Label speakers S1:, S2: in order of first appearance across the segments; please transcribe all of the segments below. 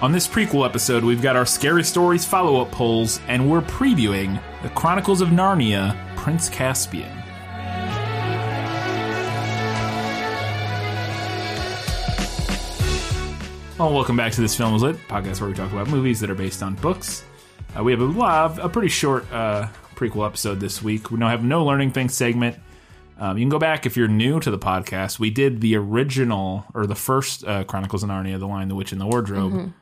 S1: On this prequel episode, we've got our Scary Stories follow up polls, and we're previewing The Chronicles of Narnia Prince Caspian. Well, welcome back to This Film Is Lit, podcast where we talk about movies that are based on books. Uh, we have a live, a pretty short uh, prequel episode this week. We now have no learning things segment. Um, you can go back if you're new to the podcast. We did the original or the first uh, Chronicles of Narnia: The Lion, the Witch, and the Wardrobe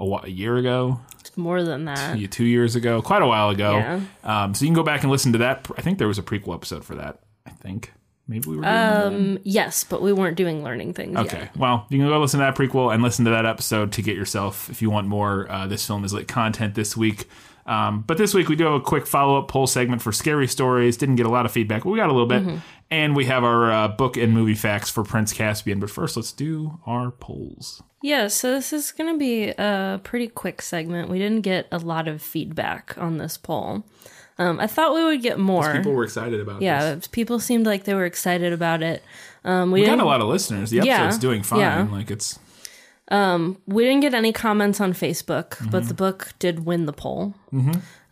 S1: a, wh- a year ago,
S2: It's more than that.
S1: yeah, two years ago, quite a while ago.
S2: Uh. Yeah.
S1: Um, so you can go back and listen to that. I think there was a prequel episode for that. I think maybe we were. Doing that.
S2: Um, yes, but we weren't doing learning things
S1: Okay.
S2: yet.
S1: Well, you can go listen to that prequel and listen to that episode to get yourself, if you want more, uh, this film is lit content this week. Um, but this week we do have a quick follow up poll segment for scary stories. Didn't get a lot of feedback, but we got a little bit.
S2: Mm-hmm.
S1: And we have our uh, book and movie facts for Prince Caspian. But first, let's do our polls.
S2: Yeah, so this is going to be a pretty quick segment. We didn't get a lot of feedback on this poll. Um, I thought we would get more.
S1: People were excited about
S2: yeah,
S1: this.
S2: people seemed like they were excited about it. Um, we,
S1: We got
S2: didn't,
S1: a lot of listeners. The
S2: Yeah.
S1: episode's doing fine.
S2: Yeah.
S1: Like it's
S2: we didn't get any comments on Facebook,
S1: Mm-hmm.
S2: but the book did win the poll.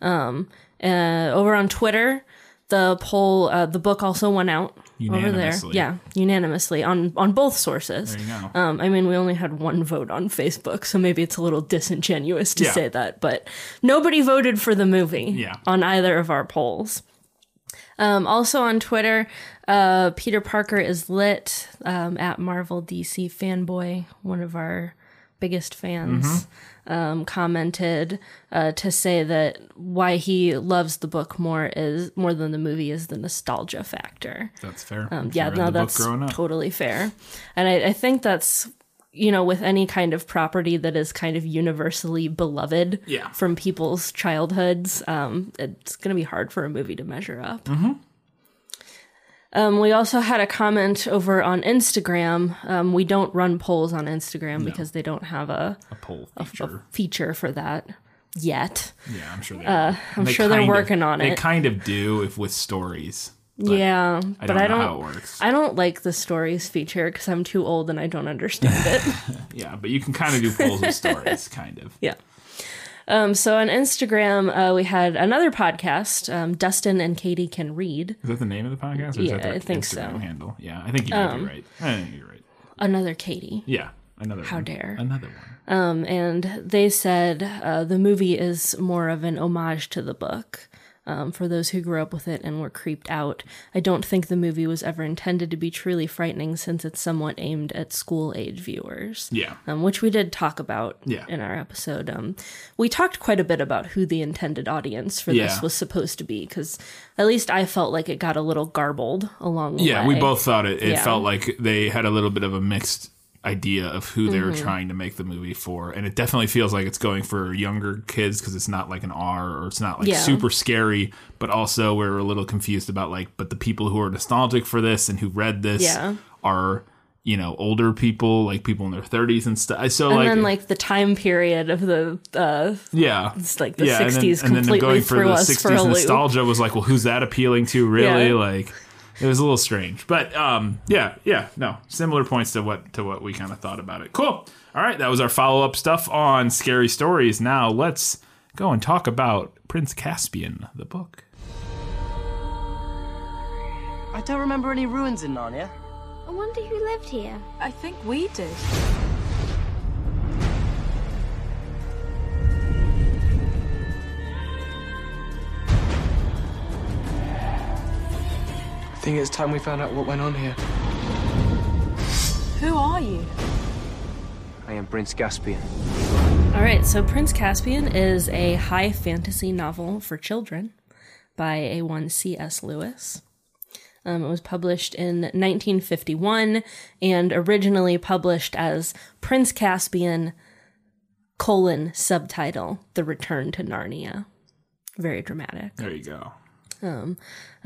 S2: Um, uh, over on Twitter, the poll, uh, the book also went out over there.
S1: Unanimously.
S2: Yeah, unanimously on on both sources.
S1: there you go.
S2: Um, I mean, we only had one vote on Facebook, so maybe it's a little disingenuous to
S1: Yeah.
S2: say that, but nobody voted for the movie
S1: Yeah.
S2: on either of our polls. Um, also on Twitter, uh, Peter Parker is lit um, at Marvel DC fanboy, one of our biggest fans.
S1: Mm-hmm.
S2: Um, commented uh, to say that why he loves the book more is more than the movie is the nostalgia factor.
S1: that's fair.
S2: Um,
S1: If you
S2: yeah,
S1: read
S2: no,
S1: the book
S2: that's
S1: growing up.
S2: totally fair. And I, I think that's, you know, with any kind of property that is kind of universally beloved
S1: Yeah.
S2: from people's childhoods, um, it's going to be hard for a movie to measure up.
S1: Mm-hmm.
S2: Um, we also had a comment over on Instagram. Um, we don't run polls on Instagram because they don't have a,
S1: a poll
S2: a
S1: feature.
S2: feature for that yet.
S1: yeah, I'm sure they.
S2: uh, I'm sure they're working on
S1: They
S2: it.
S1: kind of do if with stories.
S2: yeah,
S1: I
S2: but
S1: don't know
S2: I don't.
S1: how it works.
S2: I don't like the stories feature because I'm too old and I don't understand it.
S1: Yeah, but you can kind of do polls with stories, kind of.
S2: Yeah. Um, so on Instagram, uh, we had another podcast, um, Dustin and Katie Can Read,
S1: Is that the name of the podcast? Or
S2: Yeah,
S1: is that the
S2: I think
S1: Instagram
S2: so. Um,
S1: handle? Yeah, I think you might be right. I think you're right.
S2: another Katie.
S1: Yeah, another How one.
S2: dare.
S1: Another one.
S2: Um, and they said uh, the movie is more of an homage to the book. Um, for those who grew up with it and were creeped out, I don't think the movie was ever intended to be truly frightening since it's somewhat aimed at school age viewers.
S1: Yeah.
S2: um, which we did talk about
S1: Yeah.
S2: in our episode. Um, we talked quite a bit about who the intended audience for
S1: Yeah.
S2: this was supposed to be, because at least I felt like it got a little garbled along the
S1: Yeah,
S2: way.
S1: we both thought it. It
S2: Yeah.
S1: felt like they had a little bit of a mixed idea of who they were
S2: Mm-hmm.
S1: trying to make the movie for, and it definitely feels like it's going for younger kids because it's not like an R or it's not like
S2: Yeah.
S1: super scary, but also we're a little confused about like, but the people who are nostalgic for this and who read this
S2: Yeah.
S1: are you know older people, like people in their thirties and stuff. So
S2: And
S1: like,
S2: then like the time period of the uh,
S1: yeah,
S2: it's like the
S1: yeah, and then-
S2: 60s
S1: and then,
S2: completely
S1: them going for
S2: threw
S1: the
S2: us for a loop.
S1: nostalgia was like, well, who's that appealing to? Really,
S2: Yeah.
S1: like, it was a little strange, but um, yeah, yeah, no, similar points to what to what we kind of thought about it. Cool. All right, that was our follow up stuff on scary stories. Now let's go and talk about Prince Caspian, the book.
S3: I don't remember any ruins in Narnia.
S4: I wonder who lived here.
S5: I think we did.
S6: I think it's time we found out what went on here.
S5: Who are you?
S7: I am Prince Caspian.
S2: All right, so Prince Caspian is a high fantasy novel for children by A1 C.S. Lewis. Um, it was published in 1951 and originally published as Prince Caspian colon subtitle The Return to Narnia. Very dramatic.
S1: There you go.
S2: I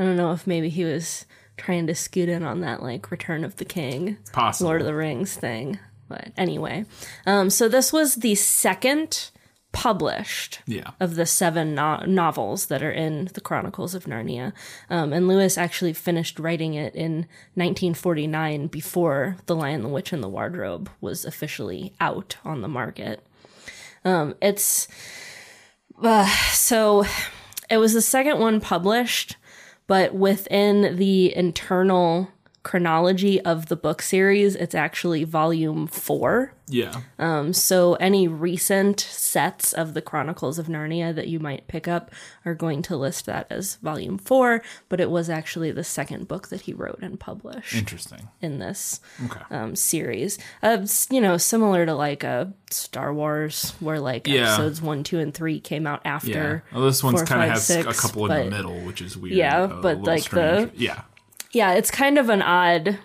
S2: don't know if maybe he was trying to scoot in on that like Return of the King.
S1: It's possible.
S2: Lord of the Rings thing. But anyway, um, so this was the second published
S1: yeah.
S2: of the seven no- novels that are in the Chronicles of Narnia. Um, and Lewis actually finished writing it in 1949 before The Lion, the Witch, and the Wardrobe was officially out on the market. Um, it's uh, so it was the second one published, but within the internal chronology of the book series, it's actually volume four.
S1: Yeah.
S2: So any recent sets of the Chronicles of Narnia that you might pick up are going to list that as volume four, but it was actually the second book that he wrote and published
S1: Interesting.
S2: in this
S1: Okay.
S2: um, series. Uh, s- you know, similar to like a Star Wars, where like
S1: Yeah.
S2: episodes one, two, and three came out
S1: yeah.
S2: after.
S1: Well, this one's
S2: four,
S1: kind of
S2: five,
S1: has a
S2: six,
S1: couple in
S2: but-
S1: the middle, which is weird.
S2: Yeah,
S1: a
S2: but,
S1: little
S2: like, the-
S1: strange. yeah.
S2: Yeah, it's kind of an odd.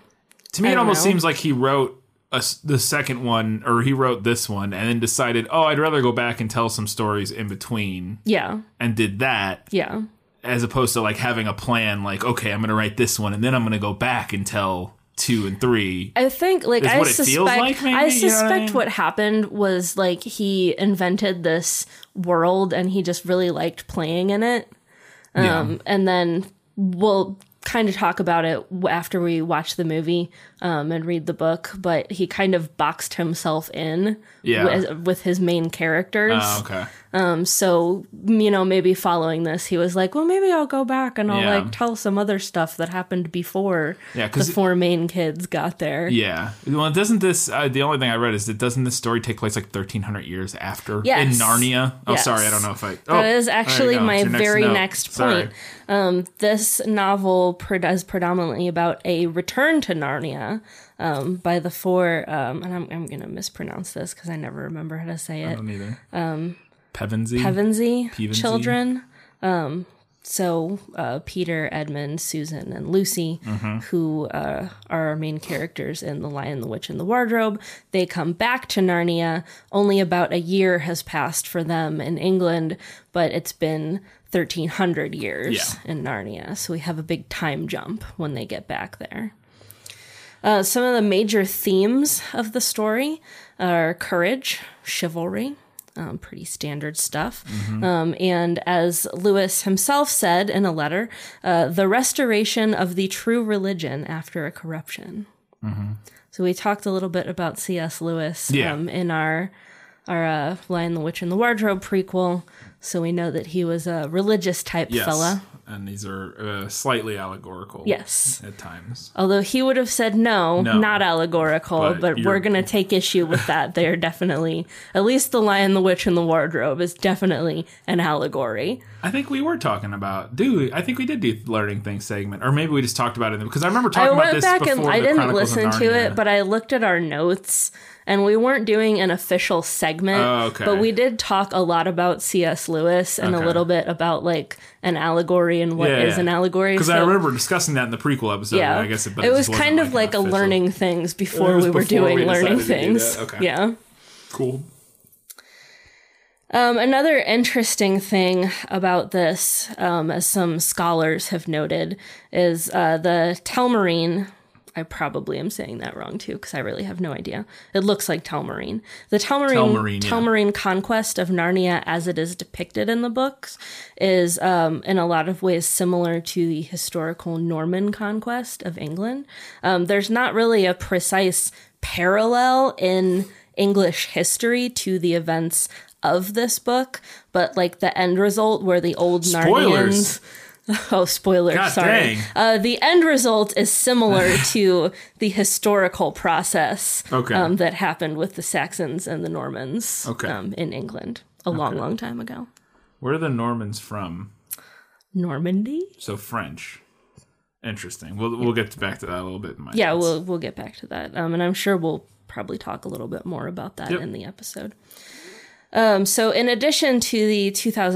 S1: To me, it
S2: don't
S1: almost
S2: know.
S1: seems like he wrote a s the second one, or he wrote this one, and then decided, oh, I'd rather go back and tell some stories in between,
S2: Yeah,
S1: and did that,
S2: yeah,
S1: as opposed to like having a plan, like, okay, I'm going to write this one, and then I'm going to go back and tell two and three.
S2: I think like
S1: Is
S2: I
S1: what it feels
S2: suspect
S1: like, maybe? You know
S2: I
S1: what I
S2: suspect
S1: mean?
S2: what happened was like he invented this world and he just really liked playing in it. Um, and then we'll kind of talk about it w- after we watch the movie um, and read the book. But he kind of boxed himself in
S1: Yeah.
S2: wi- with his main characters. Um,
S1: Oh, okay.
S2: So, you know, maybe following this, he was like, well, maybe I'll go back and I'll
S1: Yeah.
S2: like tell some other stuff that happened before
S1: Yeah,
S2: the
S1: 'cause-
S2: four main kids got there.
S1: Yeah. Well, doesn't this? Uh, the only thing I read is that doesn't this story take place like 1300 years after
S2: Yes.
S1: in Narnia? Oh,
S2: Yes.
S1: sorry, I don't know if I. Oh,
S2: That is
S1: there you
S2: actually
S1: go.
S2: my
S1: It's your
S2: very
S1: note.
S2: next
S1: Sorry.
S2: point. Um, this novel pred- is predominantly about a return to Narnia um, by the four, um, and I'm, I'm going to mispronounce this because I never remember how to say
S1: I
S2: it.
S1: don't either. Um, Pevensey.
S2: Pevensey
S1: Pevensey.
S2: children. Um, so uh, Peter, Edmund, Susan, and Lucy, who uh, are our main characters in The Lion, the Witch, and the Wardrobe, they come back to Narnia. Only about a year has passed for them in England, but it's been 1300 years in Narnia. So we have a big time jump when they get back there. Uh, some of the major themes of the story are courage, chivalry, um, pretty standard stuff.
S1: Mm-hmm.
S2: Um, and as Lewis himself said in a letter, uh, the restoration of the true religion after a corruption. So we talked a little bit about C.S. Lewis
S1: Mm-hmm. Yeah.
S2: um, in our our uh, Lion, the Witch, and the Wardrobe prequel. So we know that he was a religious type
S1: Yes.
S2: fella.
S1: And these are uh, slightly allegorical.
S2: Yes.
S1: At times.
S2: Although he would have said no,
S1: No.
S2: not allegorical,
S1: But
S2: but,
S1: you're-
S2: we're going to take issue with that. They are definitely, at least The Lion, the Witch, and the Wardrobe is definitely an allegory.
S1: I think we were talking about. Do I think we did do the learning things segment, or maybe we just talked about it because I remember
S2: I
S1: talking about
S2: went
S1: this
S2: back and
S1: before
S2: I
S1: the
S2: didn't
S1: Chronicles of
S2: listen to
S1: Narnia.
S2: it, but I looked at our notes and we weren't doing an official segment.
S1: Oh, okay.
S2: But we did talk a lot about C.S. Lewis and
S1: Okay.
S2: a little bit about like an allegory and what is
S1: Yeah, yeah.
S2: an allegory.
S1: because I
S2: So-
S1: remember discussing that in the prequel episode.
S2: Yeah,
S1: and I guess it, but
S2: it was
S1: just wasn't,
S2: kind of like,
S1: an
S2: a
S1: official-
S2: learning things
S1: It
S2: before
S1: was
S2: we were
S1: before
S2: doing
S1: we decided
S2: learning
S1: to do that.
S2: things.
S1: Okay.
S2: Yeah.
S1: Cool.
S2: Um, another interesting thing about this, um, as some scholars have noted, is uh, the Telmarine. I probably am saying that wrong too, because I really have no idea. It looks like Telmarine. The Telmarine,
S1: Telmarine, yeah.
S2: Telmarine conquest of Narnia, as it is depicted in the books, is um, in a lot of ways similar to the historical Norman conquest of England. Um, there's not really a precise parallel in English history to the events of this book, but like the end result where the old
S1: Spoilers.
S2: Narnians. Oh, spoilers!
S1: God
S2: sorry.
S1: dang.
S2: Uh, the end result is similar to the historical process
S1: Okay.
S2: um, that happened with the Saxons and the Normans
S1: Okay.
S2: um, in England a long, long time ago.
S1: Where are the Normans from?
S2: Normandy?
S1: So French. Interesting. We'll we'll get back to that a little bit. In my
S2: Yeah,
S1: notes.
S2: we'll we'll get back to that, um, and I'm sure we'll probably talk a little bit more about that
S1: Yep.
S2: in the episode. Um, so, in addition to the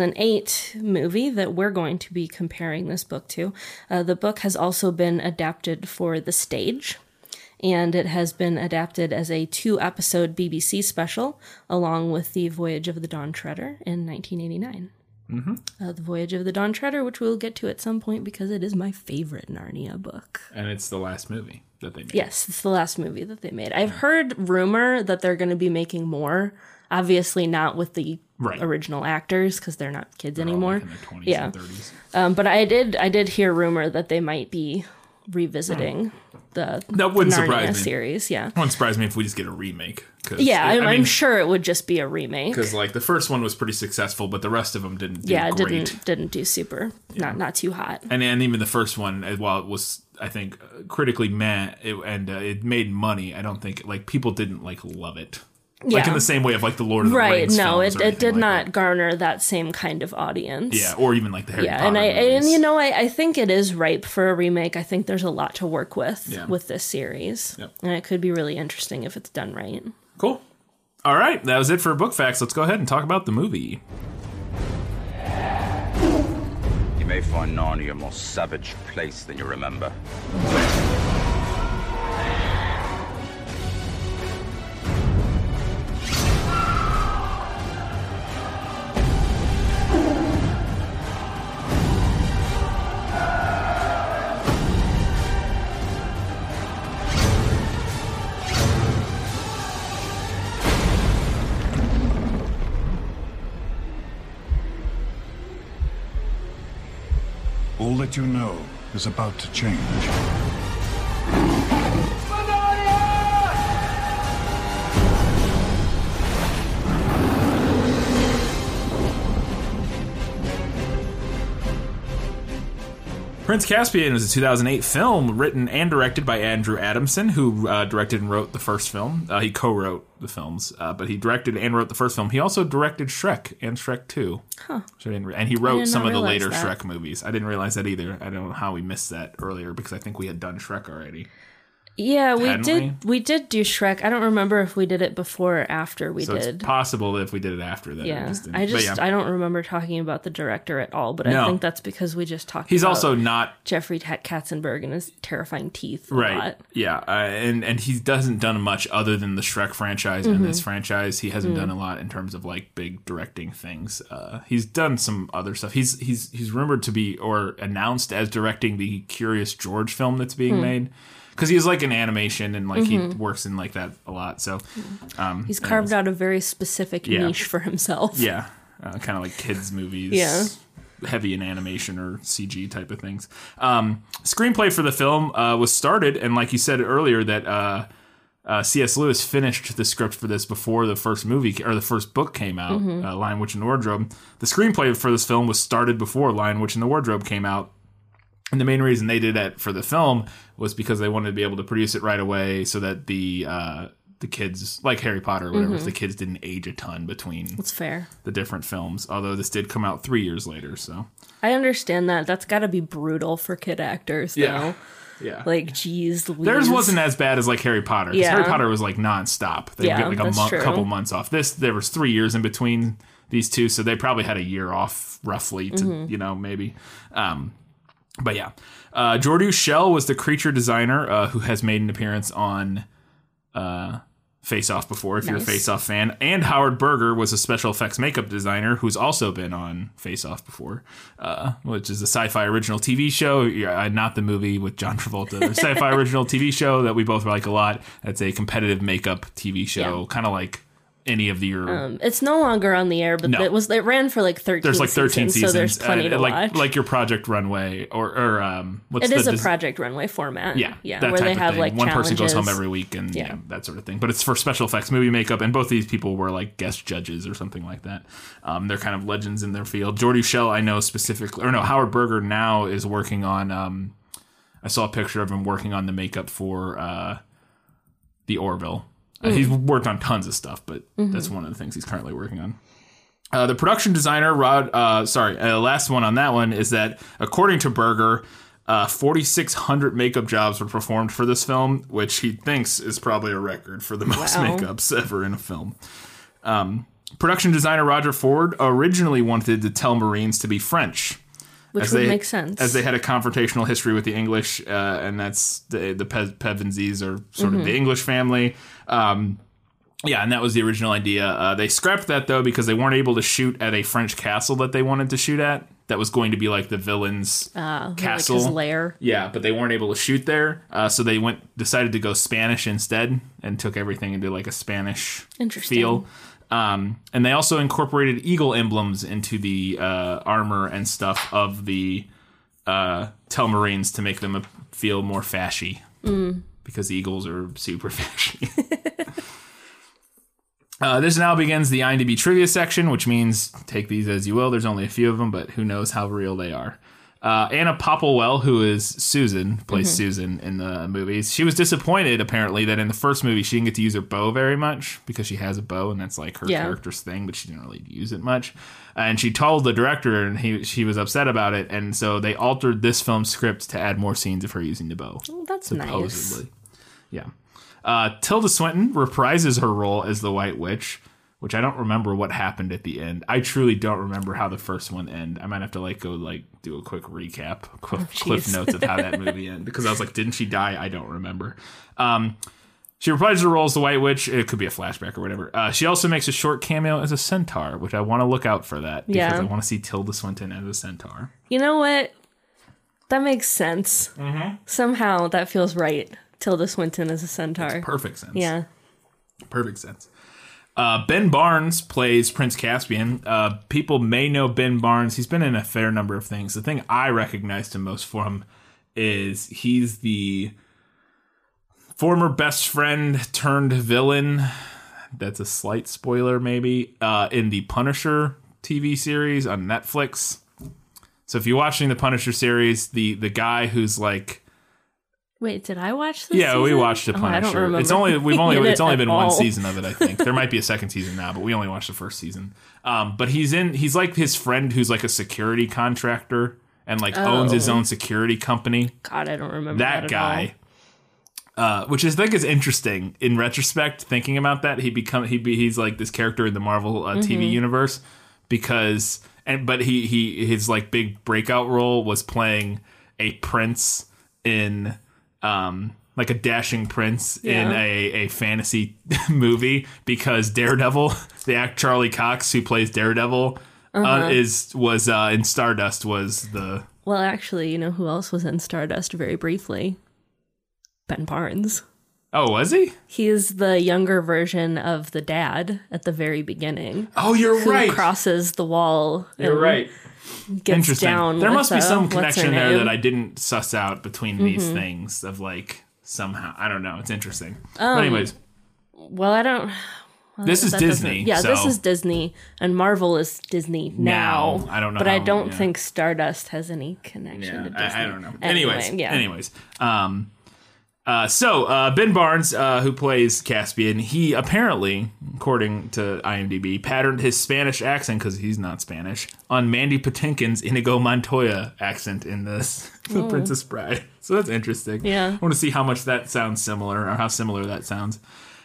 S2: 2008 movie that we're going to be comparing this book to, uh, the book has also been adapted for the stage, and it has been adapted as a two-episode BBC special, along with the Voyage of the Dawn Treader in 1989.
S1: Mm-hmm.
S2: Uh, the Voyage of the Dawn Treader, which we'll get to at some point because it is my favorite Narnia book.
S1: and it's the last movie that they made.
S2: Yes, it's the last movie that they made. I've heard rumor that they're going to be making more. Obviously, not with the
S1: Right.
S2: original actors because they're not kids
S1: They're all, like,
S2: anymore.
S1: in their 20s
S2: Yeah.
S1: and 30s.
S2: Um, but I did, I did hear rumor that they might be revisiting the
S1: Hmm. That wouldn't
S2: Narnia
S1: surprise me.
S2: series. Yeah,
S1: Wouldn't surprise me if we just get a remake. 'cause
S2: yeah.
S1: it-
S2: I'm,
S1: I
S2: I'm
S1: mean,
S2: sure it would just be a remake.
S1: because like the first one was pretty successful, but the rest of them didn't. Do
S2: Yeah, it
S1: great.
S2: didn't didn't do super. Not not too hot.
S1: and and even the first one, uh, while it was I think uh, critically meh, it, and uh, it made money. I don't think like people didn't like love it. Like
S2: Yeah.
S1: in the same way of like the Lord of the
S2: Right?
S1: Rings.
S2: No,
S1: films
S2: it
S1: or
S2: it
S1: anything
S2: did
S1: like
S2: not
S1: that.
S2: garner that same kind of audience.
S1: Yeah, or even like the Harry
S2: yeah
S1: Potter.
S2: and i and
S1: movies.
S2: you know I, I think it is ripe for a remake i think there's a lot to work with
S1: Yeah.
S2: with this series
S1: Yep.
S2: and it could be really interesting if it's done right
S1: Cool. All right, that was it for book facts. Let's go ahead and talk about the movie.
S5: You may find Narnia a more savage place than you remember.
S8: All that you know is about to change.
S1: Prince Caspian is a 2008 film written and directed by Andrew Adamson, who uh, directed and wrote the first film. Uh, he co-wrote the films, uh, but he directed and wrote the first film. He also directed Shrek and Shrek Two. Huh. and he
S2: I
S1: wrote
S2: did
S1: some
S2: not
S1: of the
S2: realize
S1: later
S2: that.
S1: Shrek movies. I didn't realize that either. I don't know how we missed that earlier because I think we had done Shrek already.
S2: yeah we
S1: Hadn't
S2: did we? did do shrek i don't remember if we did it before or after we
S1: So
S2: did
S1: it's possible that if we did it after that, it
S2: yeah
S1: just didn't-
S2: i
S1: but
S2: just
S1: yeah.
S2: i don't remember talking about the director at all but
S1: No.
S2: i think that's because we just talked
S1: he's
S2: about
S1: also not
S2: jeffrey Ta- katzenberg and his terrifying teeth a
S1: right
S2: lot.
S1: yeah uh, and and he doesn't done much other than the shrek franchise and
S2: Mm-hmm.
S1: this franchise he hasn't
S2: Mm.
S1: done a lot in terms of like big directing things uh he's done some other stuff he's he's he's rumored to be or announced as directing the curious george film that's being
S2: Hmm.
S1: made because he's like an animation and like
S2: Mm-hmm.
S1: he works in like that a lot so um
S2: he's carved out a very specific
S1: Yeah.
S2: niche for himself
S1: yeah uh, kind of like kids movies
S2: Yeah.
S1: heavy in animation or cg type of things um, screenplay for the film uh, was started and like you said earlier that uh, uh, cs lewis finished the script for this before the first movie or the first book came out uh, lion witch and the wardrobe the screenplay for this film was started before lion witch and the wardrobe came out and the main reason they did that for the film was because they wanted to be able to produce it right away so that the uh, the kids like harry potter or whatever if the kids didn't age a ton between
S2: it's fair
S1: the different films. Although this did come out three years later, so
S2: I understand that. That's got to be brutal for kid actors, though.
S1: Yeah. yeah,
S2: Like, geez, Louise.
S1: theirs wasn't as bad as like Harry Potter. 'cause
S2: Yeah.
S1: Harry Potter was like nonstop. They
S2: Yeah,
S1: get like a
S2: that's
S1: month,
S2: true.
S1: couple months off. This there was three years in between these two, so they probably had a year off roughly to
S2: Mm-hmm.
S1: you know maybe. Um, but yeah, uh, Jordu Shell was the creature designer uh, who has made an appearance on. Uh, Face Off before, if you're a
S2: Nice.
S1: Face Off fan. And Howard Berger was a special effects makeup designer who's also been on Face Off before, uh, which is a sci fi original TV show, yeah, uh, not the movie with John Travolta. The sci fi original TV show that we both like a lot. That's a competitive makeup TV show, kind of like any of the your.
S2: It's no longer on the air, but
S1: No.
S2: it was. It ran for like thirteen.
S1: there's like 13 seasons,
S2: so there's plenty
S1: uh,
S2: to
S1: like
S2: watch.
S1: like your Project Runway or or um what's
S2: it
S1: the
S2: is a
S1: dis-
S2: project runway format.
S1: yeah,
S2: yeah,
S1: that
S2: where
S1: type
S2: they
S1: of
S2: have
S1: thing.
S2: like
S1: one person goes home
S2: challenges.
S1: every week and yeah.
S2: Yeah.
S1: that sort of thing. But it's for special effects, movie makeup, and both these people were like guest judges or something like that. Um, they're kind of legends in their field. Jordy Shell, I know specifically, or no, Howard Berger now is working on. Um, I saw a picture of him working on the makeup for uh, the Orville. Uh, he's worked on tons of stuff, but that's one of the things he's currently working on. Uh, the production designer, Rod, uh, sorry, uh, last one on that one is that according to Berger, uh, 4,600 makeup jobs were performed for this film, which he thinks is probably a record for the most
S2: Wow.
S1: makeups ever in a film. Um, production designer Roger Ford originally wanted to tell Marines to be French.
S2: which
S1: as
S2: would
S1: they-
S2: make sense.
S1: As they had a confrontational history with the English, uh, and that's the, the Pe- Pevensies are sort
S2: Mm-hmm.
S1: of the English family. Um, yeah, and that was the original idea. Uh, they scrapped that though because they weren't able to shoot at a French castle that they wanted to shoot at. That was going to be like the villain's castle
S2: Ah, like his lair.
S1: Yeah, but they weren't able to shoot there, uh, so they went decided to go Spanish instead and took everything into like a Spanish
S2: Interesting.
S1: feel. Um, and they also incorporated eagle emblems into the uh, armor and stuff of the uh, Telmarines to make them feel more fashy. because eagles are super fashion. uh, this now begins the IMDb trivia section, which means take these as you will. There's only a few of them, but who knows how real they are. Uh, Anna Popplewell, who is Susan, plays Susan in the movies. She was disappointed, apparently, that in the first movie she didn't get to use her bow very much because she has a bow and that's like her
S2: Yeah.
S1: character's thing, but she didn't really use it much. And she told the director, and he she was upset about it, and so they altered this film's script to add more scenes of her using the bow.
S2: Well, that's nice.
S1: Supposedly. Yeah. Uh, Tilda Swinton reprises her role as the White Witch, which I don't remember what happened at the end. I truly don't remember how the first one ended. I might have to like go like do a quick recap, cliff, cliff
S2: Oh, jeez.
S1: notes of how that movie ended because I was like, didn't she die? I don't remember. Um, she reprises her role as the White Witch. It could be a flashback or whatever. Uh, she also makes a short cameo as a centaur, which I want to look out for that because
S2: Yeah.
S1: I want to see Tilda Swinton as a centaur.
S2: You know what? That makes sense. Mm-hmm. Somehow that feels right. Tilda Swinton is a centaur.
S1: Perfect sense.
S2: Yeah.
S1: perfect sense. Uh, ben Barnes plays Prince Caspian. Uh, people may know Ben Barnes. He's been in a fair number of things. The thing I recognized him most from is he's the former best friend turned villain. That's a slight spoiler, maybe, uh, in the Punisher TV series on Netflix. So if you're watching the Punisher series, the the guy who's like
S2: Wait, did I watch this?
S1: yeah, we
S2: season?
S1: watched The
S2: Oh, I
S1: Punisher.
S2: don't remember.
S1: It's only we've only
S2: in
S1: it's
S2: it
S1: only
S2: at
S1: been one
S2: all.
S1: season of it, I think. There might be a second season now, but we only watched the first season. Um, but he's in he's like his friend who's like a security contractor and like owns
S2: Oh.
S1: his own security company.
S2: God, I don't remember
S1: That,
S2: that, at
S1: guy. Uh, which is, I think is interesting in retrospect. Thinking about that, he become he be, he's like this character in the Marvel uh,
S2: Mm-hmm.
S1: TV universe because and but he he his like big breakout role was playing a prince in um like a dashing prince in
S2: Yeah.
S1: a, a fantasy movie because Daredevil, the act Charlie Cox who plays Daredevil, uh
S2: Uh-huh.
S1: is was uh, in Stardust was the
S2: Well, actually, you know who else was in Stardust very briefly? Ben Barnes.
S1: oh was he?
S2: He is the younger version of the dad at the very beginning.
S1: Oh, you're
S2: Who
S1: right.
S2: crosses the wall.
S1: You're
S2: and
S1: right.
S2: Gets
S1: Interesting.
S2: down.
S1: there
S2: with
S1: must be
S2: the-
S1: some
S2: what's her
S1: connection there that
S2: name? Mm-hmm.
S1: I didn't suss out between these things of like somehow I don't know. It's interesting. but anyways,
S2: Well, I don't. uh,
S1: this is
S2: Um, that doesn't-
S1: Disney.
S2: Yeah,
S1: so
S2: this is Disney, and Marvel is Disney now.
S1: Now, I don't know
S2: but I
S1: how-
S2: don't
S1: yeah.
S2: think Stardust has any connection to Disney.
S1: I, I don't know.
S2: Anyway,
S1: anyways,
S2: yeah.
S1: anyways, um, uh, so uh, Ben Barnes, uh, who plays Caspian, he apparently, according to IMDb, patterned his Spanish accent because he's not Spanish on Mandy Patinkin's Inigo Montoya accent in this The Princess Bride. So that's interesting.
S2: Oh. Yeah.
S1: I want to see how much that sounds similar or how similar that sounds.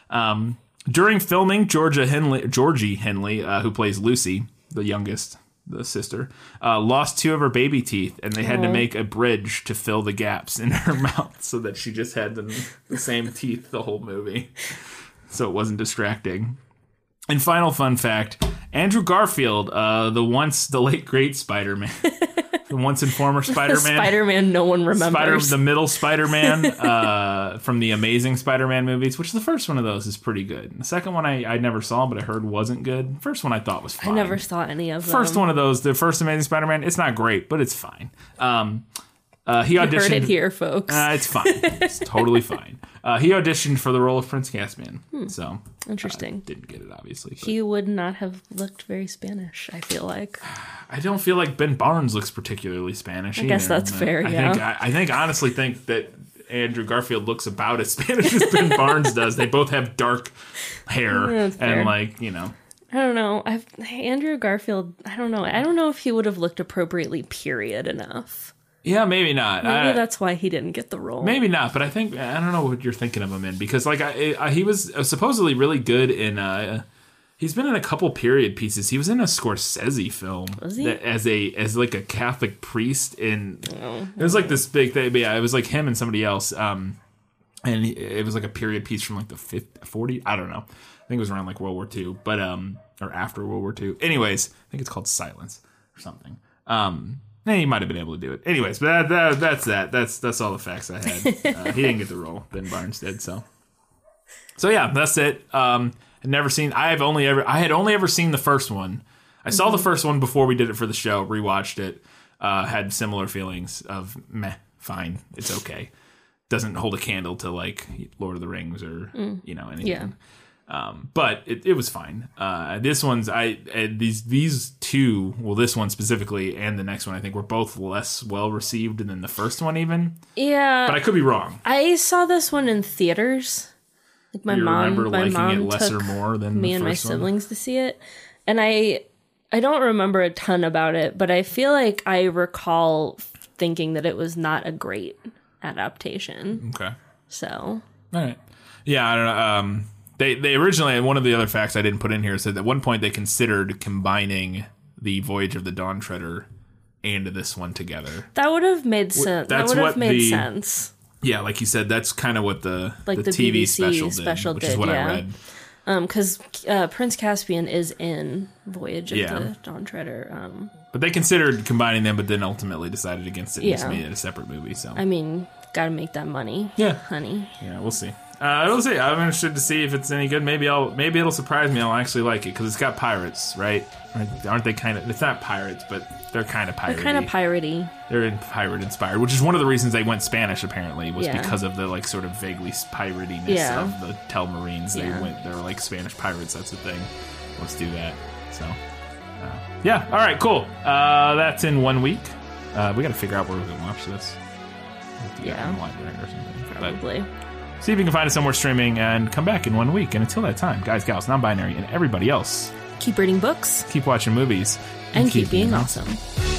S1: Um, during filming, Georgia Henley, Georgie Henley, uh, who plays Lucy, the youngest, the sister, uh, lost two of her baby teeth, and they had to make a bridge to fill the gaps in her mouth so that she just had the, the same teeth the whole movie, so it wasn't distracting. And final fun fact: Andrew Garfield, uh, the once the late great Spider-Man, the once and former
S2: The
S1: Spider-Man,
S2: Spider-Man, no one
S1: Spider,
S2: remembers.
S1: the middle Spider-Man uh, from the Amazing Spider-Man movies, which the first one of those is pretty good. The second one I, I never saw, but I heard wasn't good. First one I thought was
S2: I
S1: fine.
S2: never saw any of them.
S1: First one of those, the first Amazing Spider-Man, it's not great, but it's fine. Um, uh, he
S2: You
S1: auditioned.
S2: heard it here, folks.
S1: Uh, it's fine. It's totally fine. Uh, he auditioned for the role of Prince Caspian, so
S2: Interesting.
S1: didn't get it obviously. but-
S2: Hmm. He would not have looked very Spanish. I feel like
S1: I don't feel like Ben Barnes looks particularly Spanish. I
S2: guess that's fair,
S1: I
S2: yeah.
S1: think I, I think honestly think that Andrew Garfield looks about as Spanish as Ben Barnes does. They both have dark hair
S2: Yeah,
S1: and
S2: that's fair.
S1: like you know.
S2: I don't know. I've Andrew Garfield. I don't know. I don't know if he would have looked appropriately period enough.
S1: Yeah, maybe not.
S2: Maybe
S1: I-
S2: that's why he didn't get the role.
S1: Uh, Maybe not, but I think I don't know what you're thinking of him in because like I, I he was supposedly really good in. Uh, he's been in a couple period pieces. He was in a Scorsese film
S2: Was he?
S1: that- as a as like a Catholic priest in.
S2: Oh.
S1: It was like this big thing. But yeah, it was like him and somebody else. Um, and he- it was like a period piece from like the 50, 40 I don't know. I think it was around like World War II, but um, or after World War II. Anyways, I think it's called Silence or something. Um, eh, he might have been able to do it. Anyways, but that, that, that's that. That's that's all the facts I had. Uh, he didn't get the role. Ben Barnes did. So, so yeah, that's it. Um, I'd never seen. I have only ever. I had only ever seen the first one. I saw the first one before we did it for the show. Rewatched it. Uh, had similar feelings of meh, fine, it's okay doesn't hold a candle to like Lord of the Rings or you know anything.
S2: Mm. Yeah.
S1: Um, but it, it was fine. Uh, this one's I uh, these these two well this one specifically and the next one I think were both less well received than the first one even.
S2: Yeah.
S1: But I could be wrong.
S2: I saw this one in theaters. Like my
S1: you
S2: mom,
S1: remember
S2: my
S1: liking
S2: mom
S1: it less
S2: took
S1: or more than
S2: me
S1: the
S2: and my
S1: first one?
S2: siblings to see it, and I I don't remember a ton about it, but I feel like I recall thinking that it was not a great adaptation.
S1: Okay.
S2: So
S1: All right. Yeah, I don't know. Um, they they originally one of the other facts I didn't put in here said that at one point they considered combining the Voyage of the Dawn Treader and this one together.
S2: that would have made sense. That
S1: that's
S2: would have
S1: what
S2: made
S1: the-
S2: sense.
S1: Yeah, like you said, that's kind of what the
S2: Like
S1: the,
S2: the
S1: TV
S2: BBC
S1: special did,
S2: special
S1: which is
S2: did,
S1: what
S2: yeah.
S1: I read.
S2: because uh, Prince Caspian is in Voyage of
S1: Yeah.
S2: the Dawn Treader. Um,
S1: But they considered combining them, but then ultimately decided against it and just
S2: Yeah.
S1: made it a separate movie. So
S2: I mean, gotta make that money,
S1: yeah,
S2: honey.
S1: yeah, we'll see. Uh, I will say I'm interested to see if it's any good. Maybe I'll maybe it'll surprise me. I'll actually like it because it's got pirates, right? Aren't- Aren't they kind of? It's not pirates, but they're kind of pirates.
S2: Kind of piratey.
S1: they're in pirate inspired, which is one of the reasons they went Spanish. Apparently, was
S2: Yeah.
S1: because of the like sort of vaguely piratiness
S2: Yeah.
S1: of the Telmarines. They
S2: Yeah.
S1: went, they were like Spanish pirates. That's the thing. Let's do that. So, uh, yeah. All right, cool. Uh, that's in one week. Uh, we got to figure out where we can watch this. We'll have to get
S2: Yeah.
S1: in the library or something. But
S2: Probably.
S1: see if you can find it somewhere streaming, and come back in one week. And until that time, guys, gals, non-binary, and everybody else,
S2: Keep reading books
S1: keep watching movies
S2: and keep being awesome.
S1: awesome.